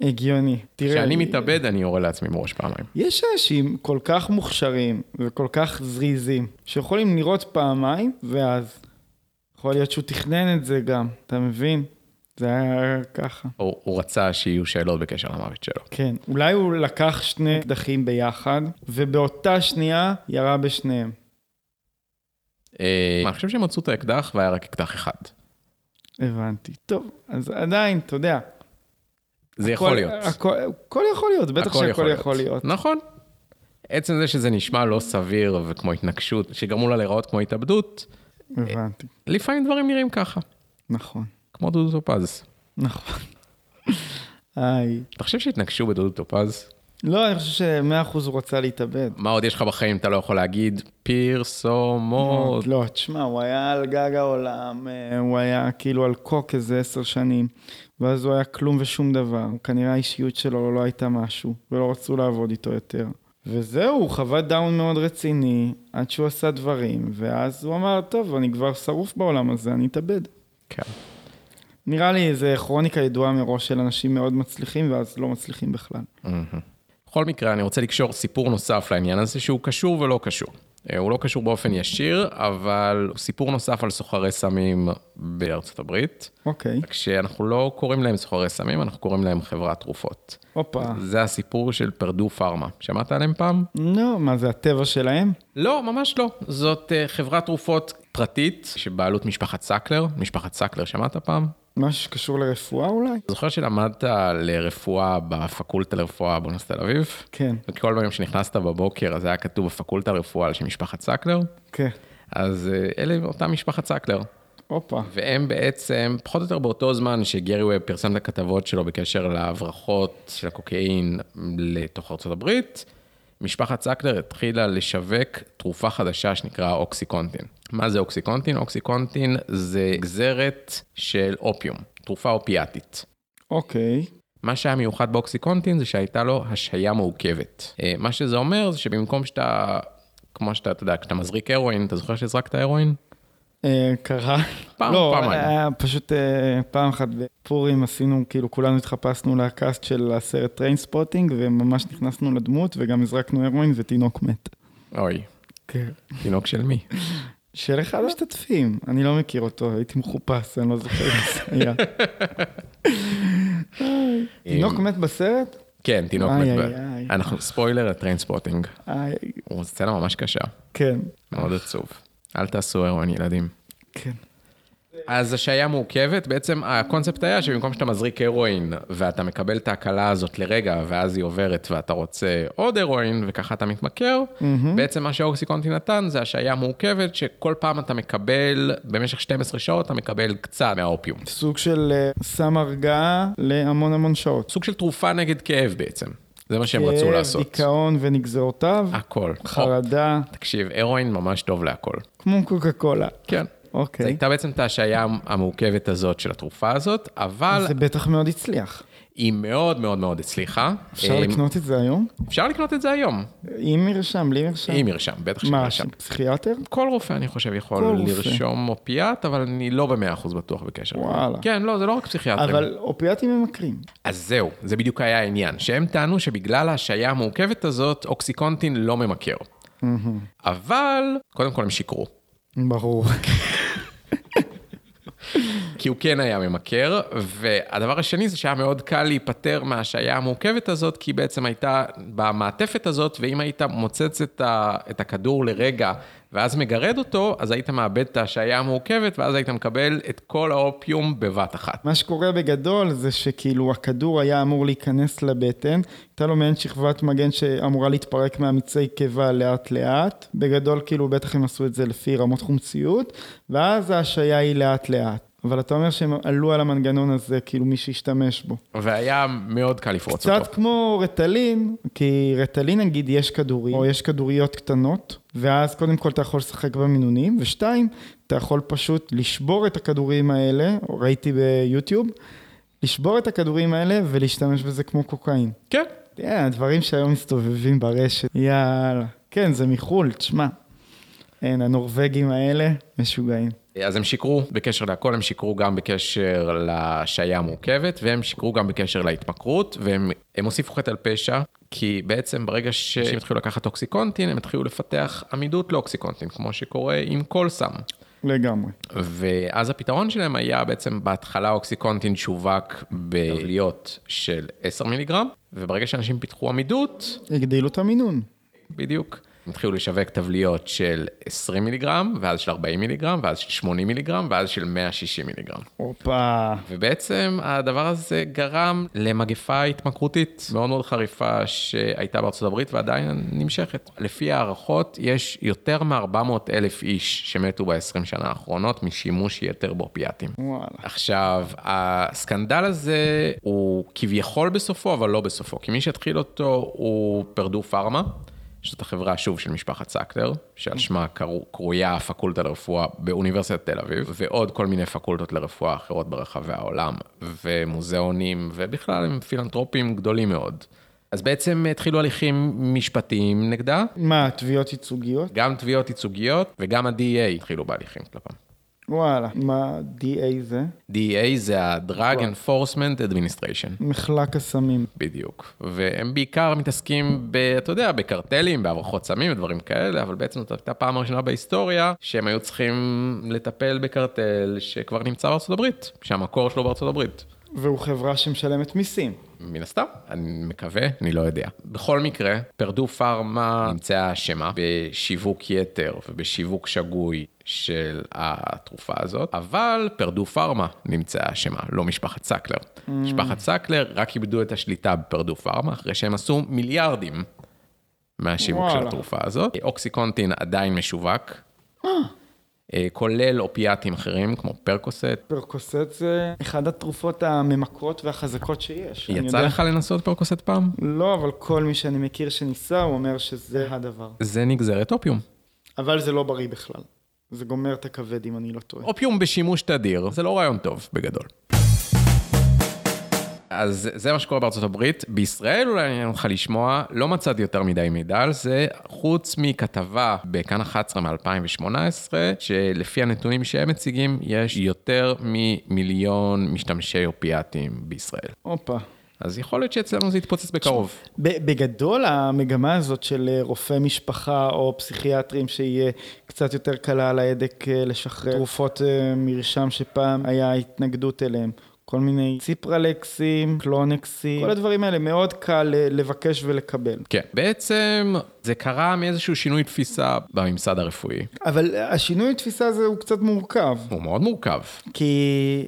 [SPEAKER 1] הגיוני. תראה,
[SPEAKER 2] כשאני מתאבד, אני יורה לעצמי בראש פעמיים.
[SPEAKER 1] יש אנשים כל כך מוכשרים וכל כך זריזים, שיכולים לראות פעמיים, ואז יכול להיות שהוא תכנן את זה גם, אתה מבין? זה היה ככה.
[SPEAKER 2] הוא, הוא רצה שיהיו שאלות בקשר למוות שלו.
[SPEAKER 1] כן, אולי הוא לקח שני אקדחים ביחד, ובאותה שנייה ירה בשניהם.
[SPEAKER 2] אה, אני חושב שהם מצאו את האקדח והיה רק אקדח אחד.
[SPEAKER 1] הבנתי. טוב, אז עדיין, אתה יודע.
[SPEAKER 2] זה יכול
[SPEAKER 1] הכל-
[SPEAKER 2] להיות.
[SPEAKER 1] הכל, הכל יכול להיות, בטח
[SPEAKER 2] הכל
[SPEAKER 1] שהכל יכול להיות.
[SPEAKER 2] נכון. עצם זה שזה נשמע לא סביר וכמו התנגשות, שגרמו לה להיראות כמו התאבדות,
[SPEAKER 1] הבנתי,
[SPEAKER 2] לפעמים דברים נראים ככה,
[SPEAKER 1] נכון,
[SPEAKER 2] כמו דודו טופז.
[SPEAKER 1] נכון. [laughs] היי.
[SPEAKER 2] אתה חושב שהתנגשו בדודו טופז?
[SPEAKER 1] לא, אני חושב שמאה אחוז הוא רצה להתאבד.
[SPEAKER 2] מה עוד יש לך בחיים אתה לא יכול להגיד? פרסומות.
[SPEAKER 1] לא, תשמע, הוא היה על גג העולם, אה, הוא היה כאילו על קוק איזה עשר שנים, ואז הוא היה כלום ושום דבר. כנראה האישיות שלו לא הייתה משהו, ולא רצו לעבוד איתו יותר. וזהו, הוא חווה דאון מאוד רציני, עד שהוא עשה דברים, ואז הוא אמר, טוב, אני כבר שרוף בעולם הזה, אני אתאבד.
[SPEAKER 2] כן.
[SPEAKER 1] נראה לי זה כרוניקה ידועה מראש של אנשים מאוד מצליחים, ואז לא מצליחים בכלל.
[SPEAKER 2] מהמם. בכל מקרה, אני רוצה לקשור סיפור נוסף לעניין הזה, שהוא קשור ולא קשור. אה, הוא לא קשור באופן ישיר, אבל הוא סיפור נוסף על סוחרי סמים בארצות הברית.
[SPEAKER 1] אוקיי,
[SPEAKER 2] רק שאנחנו לא קוראים להם סוחרי סמים, אנחנו קוראים להם חברת תרופות.
[SPEAKER 1] הופה.
[SPEAKER 2] זה הסיפור של פרדו פארמה. שמעת עליהם פעם?
[SPEAKER 1] לא, מה זה הטבע שלהם?
[SPEAKER 2] לא, ממש לא. זאת אה, חברת תרופות פרטית שבעלות משפחת סקלר. משפחת סקלר, שמעת פעם?
[SPEAKER 1] משהו שקשור לרפואה אולי?
[SPEAKER 2] אתה זוכר שלמדת לרפואה בפקולטה לרפואה באוניברסיטת תל אביב?
[SPEAKER 1] כן,
[SPEAKER 2] וכל פעם שנכנסת בבוקר, אז היה כתוב בפקולטה לרפואה על שם משפחת סקלר?
[SPEAKER 1] כן.
[SPEAKER 2] אז אה, אלה אותה משפחת סקלר.
[SPEAKER 1] הופה.
[SPEAKER 2] והם בעצם, פחות או יותר באותו זמן שגרי ווב פרסם את הכתבות שלו בקשר להברחות של הקוקאין לתוך ארצות הברית, משפחת סקלר התחילה לשווק תרופה חדשה שנקרא אוקסיקונטין. מה זה אוקסיקונטין? אוקסיקונטין זה גזרת של אופיום, תרופה אופיאטית.
[SPEAKER 1] אוקיי.
[SPEAKER 2] מה שהיה מיוחד באוקסיקונטין זה שהייתה לו השהיה מעוכבת. אה, מה שזה אומר זה שבמקום שאתה, כמו שאתה, אתה יודע, כשאתה מזריק הרואין, אתה זוכר שהזרקת הרואין?
[SPEAKER 1] אה, קרה.
[SPEAKER 2] פעם,
[SPEAKER 1] לא,
[SPEAKER 2] פעמיים.
[SPEAKER 1] היה פשוט אה, פעם אחת בפורים עשינו, כאילו כולנו התחפשנו לקאסט של הסרט טריינספוטינג, וממש נכנסנו לדמות, וגם הזרקנו הרואין ותינוק מת.
[SPEAKER 2] אוי,
[SPEAKER 1] כן.
[SPEAKER 2] תינוק של מי?
[SPEAKER 1] של אחד המשתתפים, אני לא מכיר אותו, הייתי מחופש, אני לא זוכר אם
[SPEAKER 2] [laughs]
[SPEAKER 1] זה היה. תינוק מת בסרט?
[SPEAKER 2] כן, תינוק
[SPEAKER 1] איי,
[SPEAKER 2] מת.
[SPEAKER 1] איי,
[SPEAKER 2] ב-
[SPEAKER 1] איי.
[SPEAKER 2] אנחנו ספוילר לטריינספוטינג.
[SPEAKER 1] איי,
[SPEAKER 2] הוא סצנה ממש קשה,
[SPEAKER 1] אה, כן,
[SPEAKER 2] מאוד עצוב. אל תעשו הרואין ילדים.
[SPEAKER 1] כן.
[SPEAKER 2] אז השעיה מעוכבת, בעצם הקונספט היה שבמקום שאתה מזריק הרואין ואתה מקבל את ההקלה הזאת לרגע, ואז היא עוברת ואתה רוצה עוד הרואין, וככה אתה מתמכר, בעצם מה שהאוקסיקונטי נתן זה השעיה מעוכבת, שכל פעם אתה מקבל, במשך 12 שעות אתה מקבל קצת מהאופיום.
[SPEAKER 1] סוג של אה, סם הרגעה להמון המון שעות.
[SPEAKER 2] סוג של תרופה נגד כאב בעצם, זה מה שהם רצו
[SPEAKER 1] כאב,
[SPEAKER 2] לעשות.
[SPEAKER 1] דיכאון ונגזרותיו,
[SPEAKER 2] הכל.
[SPEAKER 1] חרדה,
[SPEAKER 2] תקשיב, הרואין ממש טוב להכל.
[SPEAKER 1] כמו קוקה קולה.
[SPEAKER 2] כן. זו
[SPEAKER 1] אוקיי.
[SPEAKER 2] הייתה בעצם את ההשעיה המורכבת הזאת של התרופה הזאת, אבל
[SPEAKER 1] זה בטח מאוד הצליח.
[SPEAKER 2] היא מאוד מאוד מאוד הצליחה.
[SPEAKER 1] אפשר
[SPEAKER 2] אה,
[SPEAKER 1] לקנות את זה היום?
[SPEAKER 2] אפשר לקנות את זה היום,
[SPEAKER 1] עם מרשם, בלי מרשם?
[SPEAKER 2] עם מרשם, בטח שעם
[SPEAKER 1] כן. מה,
[SPEAKER 2] מרשם.
[SPEAKER 1] של פסיכיאטר?
[SPEAKER 2] כל רופא, אני חושב, יכול
[SPEAKER 1] כל רופא.
[SPEAKER 2] לרשום אופיאט, אבל אני לא במאה אחוז בטוח בקשר.
[SPEAKER 1] וואלה.
[SPEAKER 2] כן, לא, זה לא רק פסיכיאטרים.
[SPEAKER 1] אבל אופיאטים ממכרים.
[SPEAKER 2] אז זהו, זה בדיוק היה העניין, שהם טענו שבגלל ההשעיה המורכבת הזאת, אוקסיקונטין לא ממכר. אבל, קודם כל הם שיקרו.
[SPEAKER 1] ברור.
[SPEAKER 2] כי הוא כן היה ממכר, והדבר השני זה שהיה מאוד קל להיפטר מהשעיה המורכבת הזאת, כי היא בעצם הייתה במעטפת הזאת, ואם היית מוצץ את, ה, את הכדור לרגע ואז מגרד אותו, אז היית מאבד את ההשעיה המורכבת, ואז היית מקבל את כל האופיום בבת
[SPEAKER 1] [laughs]
[SPEAKER 2] אחת.
[SPEAKER 1] מה שקורה בגדול זה שכאילו הכדור היה אמור להיכנס לבטן, הייתה לו מעין שכבת מגן שאמורה להתפרק מהמיצי קיבה לאט לאט, בגדול כאילו בטח הם עשו את זה לפי רמות חומציות, ואז ההשעיה היא לאט לאט. אבל אתה אומר שהם עלו על המנגנון הזה, כאילו מי שהשתמש בו.
[SPEAKER 2] והיה מאוד קל לפרוץ אותו.
[SPEAKER 1] קצת כמו רטלין, כי רטלין נגיד יש כדורים, או יש כדוריות קטנות, ואז קודם כל אתה יכול לשחק במינונים, ושתיים, אתה יכול פשוט לשבור את הכדורים האלה, ראיתי ביוטיוב, לשבור את הכדורים האלה ולהשתמש בזה כמו קוקאין.
[SPEAKER 2] כן.
[SPEAKER 1] כן, הדברים שהיום מסתובבים ברשת, יאללה. כן, זה מחו"ל, תשמע. אין, הנורבגים האלה משוגעים.
[SPEAKER 2] אה, אז הם שיקרו בקשר להכל, הם שיקרו גם בקשר לשעיה המורכבת, והם שיקרו גם בקשר להתמכרות, והם הם הוסיפו חטא על פשע, כי בעצם ברגע שהם התחילו לקחת אוקסיקונטין, הם התחילו לפתח עמידות לאוקסיקונטין, כמו שקורה עם כל סם.
[SPEAKER 1] לגמרי.
[SPEAKER 2] ואז הפתרון שלהם היה בעצם בהתחלה אוקסיקונטין שווק בעליות של 10 מיליגרם, וברגע שאנשים פיתחו עמידות,
[SPEAKER 1] הגדילו את המינון.
[SPEAKER 2] בדיוק. הם התחילו לשווק טבליות של 20 מיליגרם, ואז של 40 מיליגרם, ואז של 80 מיליגרם, ואז של 160 מיליגרם.
[SPEAKER 1] הופה.
[SPEAKER 2] ובעצם הדבר הזה גרם למגפה התמכרותית מאוד מאוד חריפה שהייתה בארצות הברית ועדיין נמשכת. לפי הערכות, יש יותר מ-400 אלף איש שמתו ב-20 שנה האחרונות משימוש יתר באופיאטים.
[SPEAKER 1] וואלה.
[SPEAKER 2] עכשיו, הסקנדל הזה הוא כביכול בסופו, אבל לא בסופו. כי מי שהתחיל אותו הוא פרדו פארמה, שזאת החברה, שוב, של משפחת סקלר, שעל שמה קרו- קרויה הפקולטה לרפואה באוניברסיטת תל אביב, ועוד כל מיני פקולטות לרפואה אחרות ברחבי העולם, ומוזיאונים, ובכלל הם פילנטרופים גדולים מאוד. אז בעצם התחילו הליכים משפטיים נגדה,
[SPEAKER 1] מה, תביעות ייצוגיות?
[SPEAKER 2] גם תביעות ייצוגיות וגם ה-DA התחילו בהליכים כלפיהם.
[SPEAKER 1] וואלה. מה DA זה?
[SPEAKER 2] DA זה ה-Drug Enforcement Administration,
[SPEAKER 1] מחלק הסמים.
[SPEAKER 2] בדיוק. והם בעיקר מתעסקים, ב, אתה יודע, בקרטלים, בהברחות סמים ודברים כאלה, אבל בעצם זאת הייתה הפעם הראשונה בהיסטוריה שהם היו צריכים לטפל בקרטל שכבר נמצא בארצות הברית, שהמקור שלו בארצות הברית.
[SPEAKER 1] והוא חברה שמשלמת מיסים.
[SPEAKER 2] מן הסתם, אני מקווה, אני לא יודע. בכל מקרה, פרדו פארמה נמצאה אשמה בשיווק יתר ובשיווק שגוי של התרופה הזאת, אבל פרדו פארמה נמצאה אשמה, לא משפחת סקלר.
[SPEAKER 1] Mm.
[SPEAKER 2] משפחת סקלר רק איבדו את השליטה בפרדו פארמה, אחרי שהם עשו מיליארדים מהשיווק של
[SPEAKER 1] וואלה.
[SPEAKER 2] התרופה הזאת. אוקסיקונטין עדיין משווק. אה, כולל אופיאטים אחרים, כמו פרקוסט.
[SPEAKER 1] פרקוסט זה אחד התרופות הממכרות והחזקות שיש. אני
[SPEAKER 2] יצא
[SPEAKER 1] יודע-
[SPEAKER 2] לך לנסות פרקוסט פעם?
[SPEAKER 1] לא, אבל כל מי שאני מכיר שניסה, הוא אומר שזה הדבר.
[SPEAKER 2] זה נגזרת אופיום.
[SPEAKER 1] אבל זה לא בריא בכלל. זה גומר את הכבד, אם אני לא טועה.
[SPEAKER 2] אופיום בשימוש תדיר, זה לא רעיון טוב בגדול. אז זה מה שקורה בארצות הברית. בישראל אולי עניין אותך לשמוע, לא מצאתי יותר מדי מידע על זה, חוץ מכתבה בכאן 11 מ-2018, שלפי הנתונים שהם מציגים, יש יותר ממיליון משתמשי אופיאטים בישראל.
[SPEAKER 1] הופה.
[SPEAKER 2] אז יכול להיות שאצלנו זה יתפוצץ בקרוב.
[SPEAKER 1] ב- בגדול, המגמה הזאת של אה, רופא משפחה או פסיכיאטרים שיהיה קצת יותר קלה על ההדק אה, לשחרר תרופות אה, מרשם שפעם היה התנגדות אליהם. כל מיני ציפרלקסים, קלונקסים, כל הדברים האלה מאוד קל אה, לבקש ולקבל.
[SPEAKER 2] כן. בעצם זה קרה מאיזשהו שינוי תפיסה בממסד הרפואי.
[SPEAKER 1] אבל השינוי תפיסה הזה הוא קצת מורכב.
[SPEAKER 2] הוא מאוד מורכב.
[SPEAKER 1] כי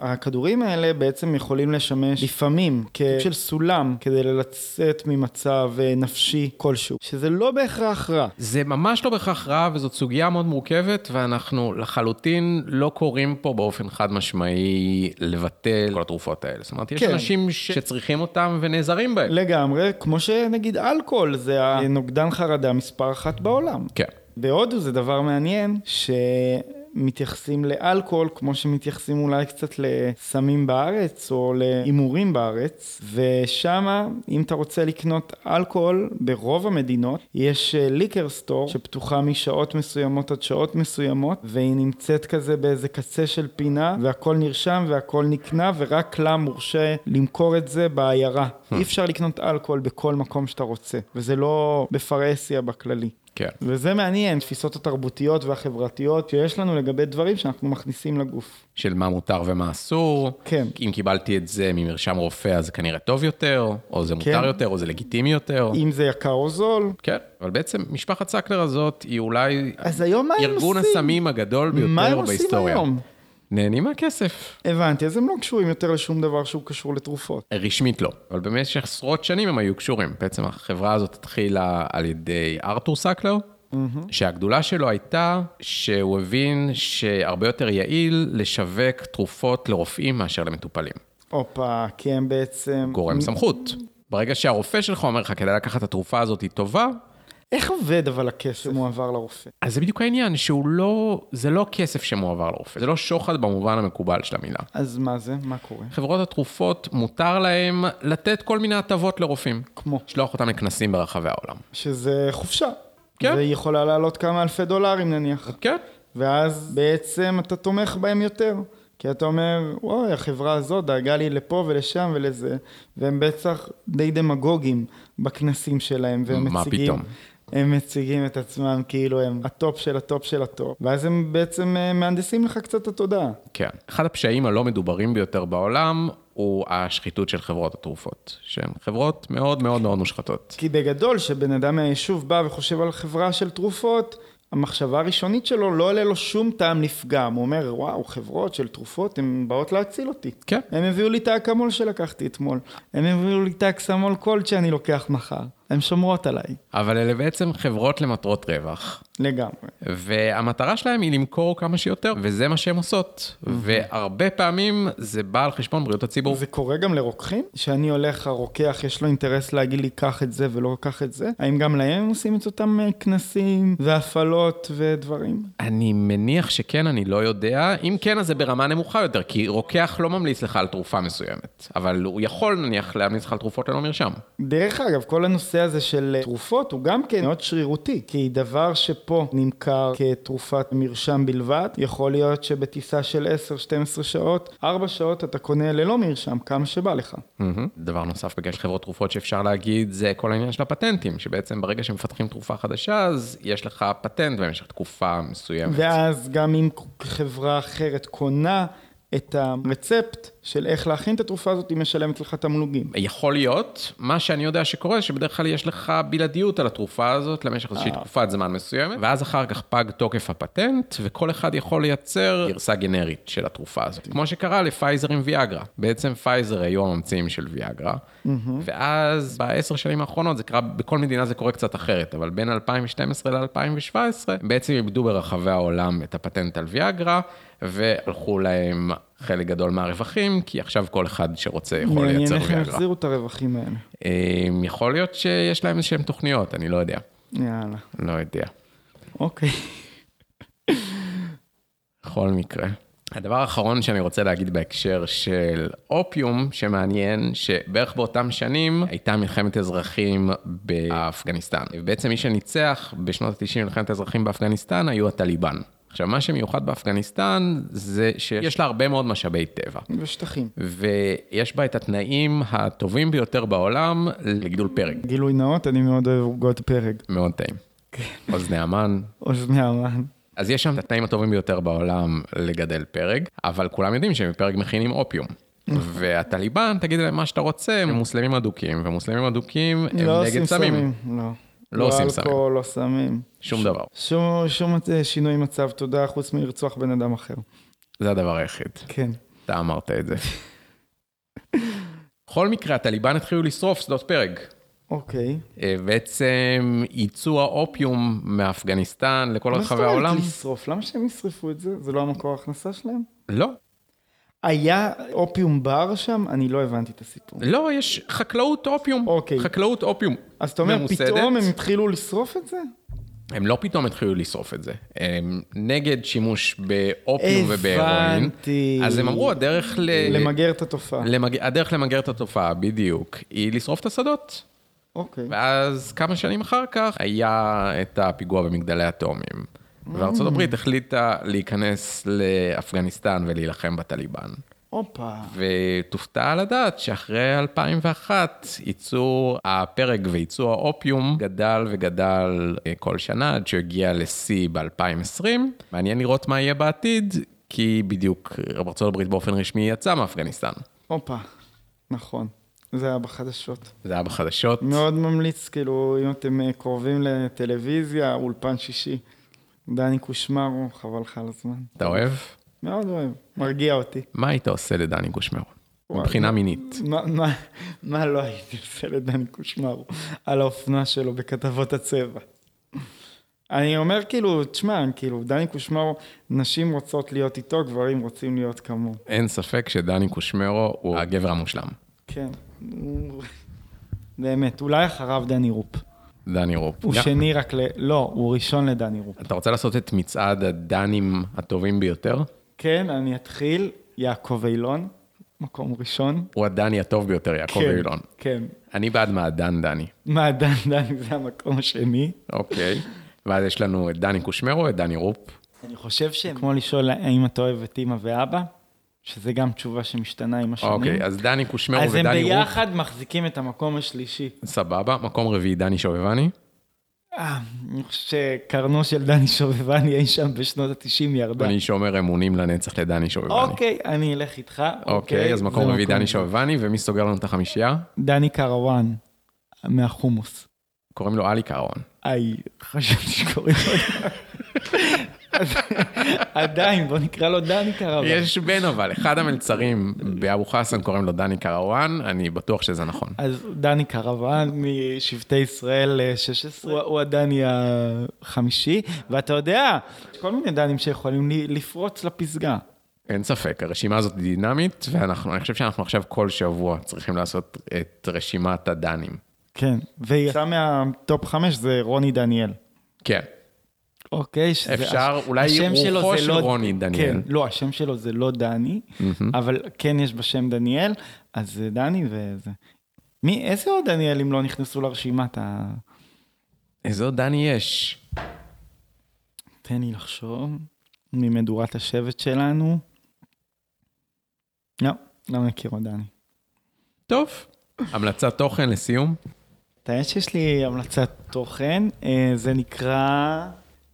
[SPEAKER 1] הכדורים האלה בעצם יכולים לשמש לפעמים כסוג של סולם כדי לצאת ממצב אה, נפשי כלשהו, שזה לא בהכרח רע.
[SPEAKER 2] זה ממש לא בהכרח רע, וזאת סוגיה מאוד מורכבת, ואנחנו לחלוטין לא קוראים פה באופן חד משמעי לבטל כל התרופות האלה. זאת אומרת, יש
[SPEAKER 1] כן.
[SPEAKER 2] אנשים ש- שצריכים אותם ונעזרים בהם.
[SPEAKER 1] לגמרי, כמו שנגיד אלכוהול זה הנוגדן חרדה מספר אחת בעולם.
[SPEAKER 2] כן.
[SPEAKER 1] בהודו זה דבר מעניין שמתייחסים לאלכוהול כמו שמתייחסים אולי קצת לסמים בארץ או להימורים בארץ ושמה אם אתה רוצה לקנות אלכוהול ברוב המדינות יש אה, ליקר סטור שפתוחה משעות מסוימות עד שעות מסוימות והיא נמצאת כזה באיזה קצה של פינה והכל נרשם והכל נקנה ורק לה מורשה למכור את זה בעיירה. אי אפשר לקנות אלכוהול בכל מקום שאתה רוצה וזה לא בפרהסיה בכללי.
[SPEAKER 2] כן.
[SPEAKER 1] וזה מעניין, תפיסות התרבותיות והחברתיות שיש לנו לגבי דברים שאנחנו מכניסים לגוף.
[SPEAKER 2] של מה מותר ומה אסור.
[SPEAKER 1] כן.
[SPEAKER 2] אם קיבלתי את זה ממרשם רופא, אז זה כנראה טוב יותר, או זה מותר
[SPEAKER 1] כן.
[SPEAKER 2] יותר, או זה לגיטימי יותר.
[SPEAKER 1] אם זה יקר או זול,
[SPEAKER 2] כן, אבל בעצם משפחת סקלר הזאת היא אולי
[SPEAKER 1] אז היום מה הם עושים?
[SPEAKER 2] ארגון הסמים הגדול ביותר
[SPEAKER 1] מה
[SPEAKER 2] בהיסטוריה.
[SPEAKER 1] הם עושים היום?
[SPEAKER 2] נהנים מהכסף.
[SPEAKER 1] הבנתי, אז הם לא קשורים יותר לשום דבר שהוא קשור לתרופות.
[SPEAKER 2] רשמית לא, אבל במשך עשרות שנים הם היו קשורים. בעצם החברה הזאת התחילה על ידי ארתור סקלר, שהגדולה שלו הייתה שהוא הבין שהרבה יותר יעיל לשווק תרופות לרופאים מאשר למטופלים.
[SPEAKER 1] הופה, כי הם בעצם...
[SPEAKER 2] גורם סמכות. ברגע שהרופא שלך אומר לך, כדאי לקחת את התרופה הזאת, היא טובה,
[SPEAKER 1] איך עובד אבל הכסף מועבר לרופא?
[SPEAKER 2] אז זה בדיוק העניין, שהוא לא, זה לא כסף שמועבר לרופא, זה לא שוחד במובן המקובל של המילה.
[SPEAKER 1] אז מה זה? מה קורה?
[SPEAKER 2] חברות התרופות, מותר להם לתת כל מיני הטבות לרופאים.
[SPEAKER 1] כמו?
[SPEAKER 2] לשלוח אותם לכנסים ברחבי העולם.
[SPEAKER 1] שזה חופשה.
[SPEAKER 2] כן.
[SPEAKER 1] והיא יכולה לעלות כמה אלפי דולרים נניח.
[SPEAKER 2] כן.
[SPEAKER 1] ואז בעצם אתה תומך בהם יותר. כי אתה אומר, וואי, החברה הזאת דאגה לי לפה ולשם ולזה, והם בטח די דמגוגים בכנסים שלהם, והם
[SPEAKER 2] מה
[SPEAKER 1] מציגים...
[SPEAKER 2] פתאום?
[SPEAKER 1] הם מציגים את עצמם כאילו הם הטופ של הטופ של הטופ, ואז הם בעצם אה, מהנדסים לך קצת את התודעה.
[SPEAKER 2] כן. אחד הפשעים הלא מדוברים ביותר בעולם הוא השחיתות של חברות התרופות, שהן חברות מאוד מאוד מאוד מושחתות.
[SPEAKER 1] כי בגדול, כשבן אדם מהיישוב בא וחושב על חברה של תרופות, המחשבה הראשונית שלו לא עולה לו שום טעם לפגם. הוא אומר, וואו, חברות של תרופות, הן באות להציל אותי.
[SPEAKER 2] כן.
[SPEAKER 1] הם הביאו לי את האקמול שלקחתי אתמול. הם הביאו לי את האקסמול קולד שאני לוקח מחר. הן שומרות עליי.
[SPEAKER 2] אבל אלה בעצם חברות למטרות רווח,
[SPEAKER 1] לגמרי.
[SPEAKER 2] והמטרה שלהם היא למכור כמה שיותר, וזה מה שהן עושות. והרבה פעמים זה בא על חשבון בריאות הציבור.
[SPEAKER 1] זה קורה גם לרוקחים? שאני הולך, הרוקח, יש לו אינטרס להגיד לי, קח את זה ולא קח את זה? האם גם להם הם עושים את אותם אה, כנסים והפעלות ודברים?
[SPEAKER 2] אני מניח שכן, אני לא יודע. אם כן, אז זה ברמה נמוכה יותר, כי רוקח לא ממליץ לך על תרופה מסוימת, אבל הוא יכול נניח להמליץ לך על תרופות ללא מרשם.
[SPEAKER 1] דרך אגב, כל הנושא הזה של אה, תרופות הוא גם כן מאוד שרירותי, כי דבר שפה נמכר כתרופת מרשם בלבד, יכול להיות שבטיסה של 10-12 שעות, 4 שעות אתה קונה ללא מרשם, כמה שבא לך.
[SPEAKER 2] מהמם. דבר נוסף בגלל חברות תרופות שאפשר להגיד, זה כל העניין של הפטנטים, שבעצם ברגע שמפתחים תרופה חדשה, אז יש לך פטנט במשך תקופה מסוימת.
[SPEAKER 1] ואז גם אם חברה אחרת קונה את הרצפט של איך להכין את התרופה הזאת, היא משלמת לך תמלוגים.
[SPEAKER 2] יכול להיות, מה שאני יודע שקורה, שבדרך כלל יש לך בלעדיות על התרופה הזאת למשך
[SPEAKER 1] אה.
[SPEAKER 2] איזושהי תקופת זמן מסוימת, ואז אחר כך פג תוקף הפטנט, וכל אחד יכול לייצר גרסה גנרית של התרופה הזאת. כמו שקרה לפייזר עם ויאגרה. בעצם פייזר היו הממציאים של ויאגרה, ואז בעשר שנים האחרונות, זה קרה, בכל מדינה זה קורה קצת אחרת, אבל בין 2012 ל-2017, בעצם איבדו ברחבי העולם את הפטנט על ויאגרה, והלכו להם... חלק גדול מהרווחים, כי עכשיו כל אחד שרוצה יכול
[SPEAKER 1] מעניין
[SPEAKER 2] לייצר
[SPEAKER 1] איך הם
[SPEAKER 2] ויאגרה.
[SPEAKER 1] יחזירו את הרווחים האלה.
[SPEAKER 2] אמ, יכול להיות שיש להם איזשהם תוכניות, אני לא יודע.
[SPEAKER 1] יאללה,
[SPEAKER 2] לא יודע.
[SPEAKER 1] אוקיי.
[SPEAKER 2] בכל מקרה. הדבר האחרון שאני רוצה להגיד בהקשר של אופיום, שמעניין, שבערך באותם שנים הייתה מלחמת אזרחים באפגניסטן. ובעצם מי שניצח בשנות ה-90 מלחמת האזרחים באפגניסטן היו הטליבן. עכשיו, מה שמיוחד באפגניסטן זה שיש לה הרבה מאוד משאבי טבע.
[SPEAKER 1] [laughs] ושטחים.
[SPEAKER 2] ויש בה את התנאים הטובים ביותר בעולם לגידול פרק.
[SPEAKER 1] גילוי נאות, אני מאוד אוהב עוגות פרק.
[SPEAKER 2] מאוד טעים. אוזני המן,
[SPEAKER 1] אוזני המן.
[SPEAKER 2] אז יש שם את התנאים הטובים ביותר בעולם לגדל פרג, אבל כולם יודעים שמפרג מכינים אופיום.
[SPEAKER 1] נכון.
[SPEAKER 2] והטליבן, תגיד להם מה שאתה רוצה, הם מוסלמים אדוקים, ומוסלמים אדוקים הם
[SPEAKER 1] לא
[SPEAKER 2] נגד
[SPEAKER 1] עושים
[SPEAKER 2] סמים.
[SPEAKER 1] לא.
[SPEAKER 2] לא עושים סמים.
[SPEAKER 1] לא אלכוהול, לא סמים.
[SPEAKER 2] שום דבר.
[SPEAKER 1] שום, שום אה, שינוי מצב תודעה חוץ מלרצוח בן אדם אחר.
[SPEAKER 2] זה הדבר היחיד.
[SPEAKER 1] כן.
[SPEAKER 2] אתה אמרת
[SPEAKER 1] [laughs]
[SPEAKER 2] את זה. בכל מקרה, הטליבן התחילו לשרוף שדות פרג.
[SPEAKER 1] אוקיי.
[SPEAKER 2] אה, בעצם ייצוא האופיום מאפגניסטן לכל רחבי העולם.
[SPEAKER 1] לשרוף? למה שהם ישרפו את זה? זה לא המקור ההכנסה שלהם?
[SPEAKER 2] לא,
[SPEAKER 1] היה אופיום בר שם? אני לא הבנתי את הסיפור.
[SPEAKER 2] לא, יש חקלאות אופיום.
[SPEAKER 1] אוקיי.
[SPEAKER 2] חקלאות אופיום.
[SPEAKER 1] אז אתה אומר,
[SPEAKER 2] ממוסדת.
[SPEAKER 1] פתאום הם התחילו לשרוף את זה?
[SPEAKER 2] הם לא פתאום התחילו לשרוף את זה. הם נגד שימוש באופיום ובהרואין.
[SPEAKER 1] הבנתי.
[SPEAKER 2] אז הם אמרו, הדרך ל...
[SPEAKER 1] למגר את התופעה.
[SPEAKER 2] למג... הדרך למגר את התופעה, בדיוק, היא לשרוף את השדות.
[SPEAKER 1] אוקיי.
[SPEAKER 2] ואז כמה שנים אחר כך היה את הפיגוע במגדלי אטומים.
[SPEAKER 1] Mm.
[SPEAKER 2] וארצות הברית החליטה להיכנס לאפגניסטן ולהילחם בטליבן.
[SPEAKER 1] הופה.
[SPEAKER 2] ותופתע לדעת שאחרי 2001, ייצור הפרק וייצור האופיום גדל וגדל אה, כל שנה, עד שהגיע לשיא ב-2020. מעניין לראות מה יהיה בעתיד, כי בדיוק ארצות הברית באופן רשמי יצאה מאפגניסטן.
[SPEAKER 1] הופה. נכון. זה היה בחדשות.
[SPEAKER 2] זה היה בחדשות.
[SPEAKER 1] מאוד ממליץ, כאילו, אם אתם אה, קרובים לטלוויזיה, אולפן שישי. דני קושמרו, חבל לך על הזמן.
[SPEAKER 2] אתה אוהב?
[SPEAKER 1] מאוד אוהב, מרגיע אותי.
[SPEAKER 2] מה היית עושה לדני גושמרו?
[SPEAKER 1] וואי.
[SPEAKER 2] מבחינה מינית.
[SPEAKER 1] מה, מה, מה לא הייתי עושה לדני קושמרו על האופנה שלו בכתבות הצבע? אני אומר כאילו, תשמע, כאילו, דני קושמרו, נשים רוצות להיות איתו, גברים רוצים להיות כמוהו.
[SPEAKER 2] אין ספק שדני קושמרו הוא הגבר המושלם.
[SPEAKER 1] כן. הוא- באמת, אולי אחריו דני רופ.
[SPEAKER 2] דני רופ.
[SPEAKER 1] הוא
[SPEAKER 2] יא-
[SPEAKER 1] שני רק ל... לא, הוא ראשון לדני רופ.
[SPEAKER 2] אתה רוצה לעשות את מצעד הדנים הטובים ביותר?
[SPEAKER 1] כן, אני אתחיל, יעקב אילון, מקום ראשון.
[SPEAKER 2] הוא הדני הטוב ביותר, יעקב
[SPEAKER 1] כן,
[SPEAKER 2] אילון.
[SPEAKER 1] כן.
[SPEAKER 2] אני בעד מעדן דני,
[SPEAKER 1] מה, דן דן זה המקום השני?
[SPEAKER 2] אוקיי. ואז יש לנו את דני קושמרו, את דני רופ.
[SPEAKER 1] אני חושב ש... כמו לשאול האם אתה אוהב את אימא ואבא, שזה גם תשובה שמשתנה עם השנים.
[SPEAKER 2] אוקיי, אז דני קושמרו
[SPEAKER 1] אז הם
[SPEAKER 2] ודני רופ,
[SPEAKER 1] ביחד מחזיקים את המקום השלישי.
[SPEAKER 2] סבבה. מקום רביעי, דני שובבני.
[SPEAKER 1] אה, אני חושב שקרנו של דני שובבני אי שם בשנות ה-90 ירדה.
[SPEAKER 2] אני שומר אמונים לנצח לדני שובבני.
[SPEAKER 1] אוקיי, אני אלך איתך.
[SPEAKER 2] אוקיי, אז
[SPEAKER 1] זה
[SPEAKER 2] מקום רביעי, דני
[SPEAKER 1] ראשון.
[SPEAKER 2] שובבני, ומי סוגר לנו את החמישייה?
[SPEAKER 1] דני קרוואן, מהחומוס.
[SPEAKER 2] קוראים לו עלי קרון.
[SPEAKER 1] איי, חשבתי שקוראים לו... אז עדיין, בוא נקרא לו דני קרוואן.
[SPEAKER 2] יש בן אבל, אחד המלצרים באבו חסן קוראים לו דני קרואן, אני בטוח שזה נכון.
[SPEAKER 1] אז דני קרוון משבטי ישראל אה, 16, הוא- הוא הדני החמישי, ואתה יודע, יש כל מיני דנים שיכולים לי- לפרוץ לפסגה.
[SPEAKER 2] אין ספק, הרשימה הזאת היא דינמית, ואנחנו, אני חושב שאנחנו עכשיו כל שבוע צריכים לעשות את רשימת הדנים.
[SPEAKER 1] כן, ויצא מהטופ חמש זה רוני דניאל.
[SPEAKER 2] כן,
[SPEAKER 1] אוקיי, שזה...
[SPEAKER 2] אפשר, אולי
[SPEAKER 1] השם
[SPEAKER 2] רוחו
[SPEAKER 1] שלו זה
[SPEAKER 2] של
[SPEAKER 1] לא-
[SPEAKER 2] רוני דניאל.
[SPEAKER 1] כן, לא, השם שלו זה לא דני, אבל כן יש בשם דניאל, אז זה דני וזה. מי, איזה עוד דניאלים לא נכנסו לרשימת ה...
[SPEAKER 2] איזה עוד דני יש?
[SPEAKER 1] תן לי לחשוב, ממדורת השבט שלנו. לא, לא מכיר עוד דני.
[SPEAKER 2] טוב. המלצת תוכן לסיום?
[SPEAKER 1] אתה יודע שיש לי המלצת תוכן, אה, זה נקרא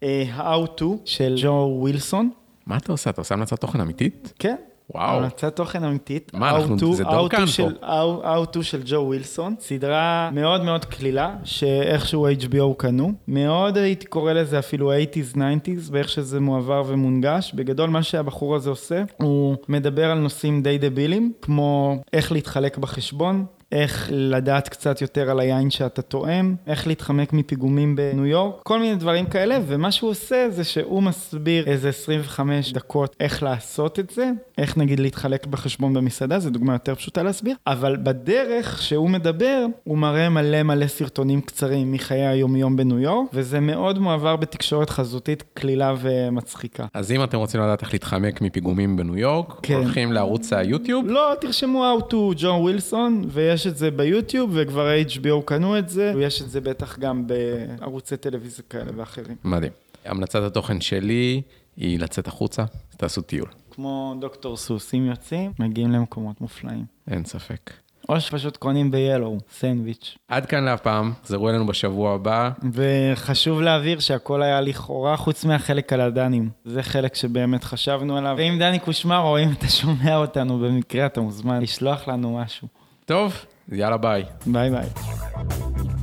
[SPEAKER 1] אה, How to של ג'ו ווילסון.
[SPEAKER 2] מה אתה עושה? אתה עושה המלצת תוכן אמיתית?
[SPEAKER 1] כן.
[SPEAKER 2] וואו.
[SPEAKER 1] המלצת תוכן אמיתית.
[SPEAKER 2] מה,
[SPEAKER 1] How
[SPEAKER 2] אנחנו-
[SPEAKER 1] to-
[SPEAKER 2] זה
[SPEAKER 1] How
[SPEAKER 2] דורקן
[SPEAKER 1] to
[SPEAKER 2] פה.
[SPEAKER 1] של- How- How to של ג'ו ווילסון, סדרה מאוד מאוד קלילה, שאיכשהו HBO קנו. מאוד הייתי קורא לזה אפילו 80's, 90's, באיך שזה מועבר ומונגש. בגדול, מה שהבחור הזה עושה, הוא מדבר על נושאים די דבילים, כמו איך להתחלק בחשבון. איך לדעת קצת יותר על היין שאתה טועם, איך להתחמק מפיגומים בניו יורק, כל מיני דברים כאלה, ומה שהוא עושה זה שהוא מסביר איזה 25 דקות איך לעשות את זה, איך נגיד להתחלק בחשבון במסעדה, זו דוגמה יותר פשוטה להסביר, אבל בדרך שהוא מדבר, הוא מראה מלא מלא סרטונים קצרים מחיי היומיום בניו יורק, וזה מאוד מועבר בתקשורת חזותית קלילה ומצחיקה.
[SPEAKER 2] אז אם אתם רוצים לדעת איך להתחמק מפיגומים בניו יורק,
[SPEAKER 1] כן.
[SPEAKER 2] הולכים לערוץ היוטיוב,
[SPEAKER 1] לא, תרשמו How to ג'ון ווילסון, ויש את זה ביוטיוב, וכבר ה-HBO קנו את זה, ויש את זה בטח גם בערוצי טלוויזיה כאלה ואחרים.
[SPEAKER 2] מדהים. המלצת התוכן שלי היא לצאת החוצה, תעשו טיול,
[SPEAKER 1] כמו דוקטור סוס, אם יוצאים, מגיעים למקומות מופלאים.
[SPEAKER 2] אין ספק.
[SPEAKER 1] או שפשוט קונים ביאלו, סנדוויץ'.
[SPEAKER 2] עד כאן להפעם, תחזרו אלינו בשבוע הבא.
[SPEAKER 1] וחשוב להבהיר שהכל היה לכאורה, חוץ מהחלק על הדנים. זה חלק שבאמת חשבנו עליו. ואם דני קושמרו, אם אתה שומע אותנו במקרה, אתה מוזמן לשלוח לנו משהו.
[SPEAKER 2] טוב, יאללה ביי.
[SPEAKER 1] ביי ביי.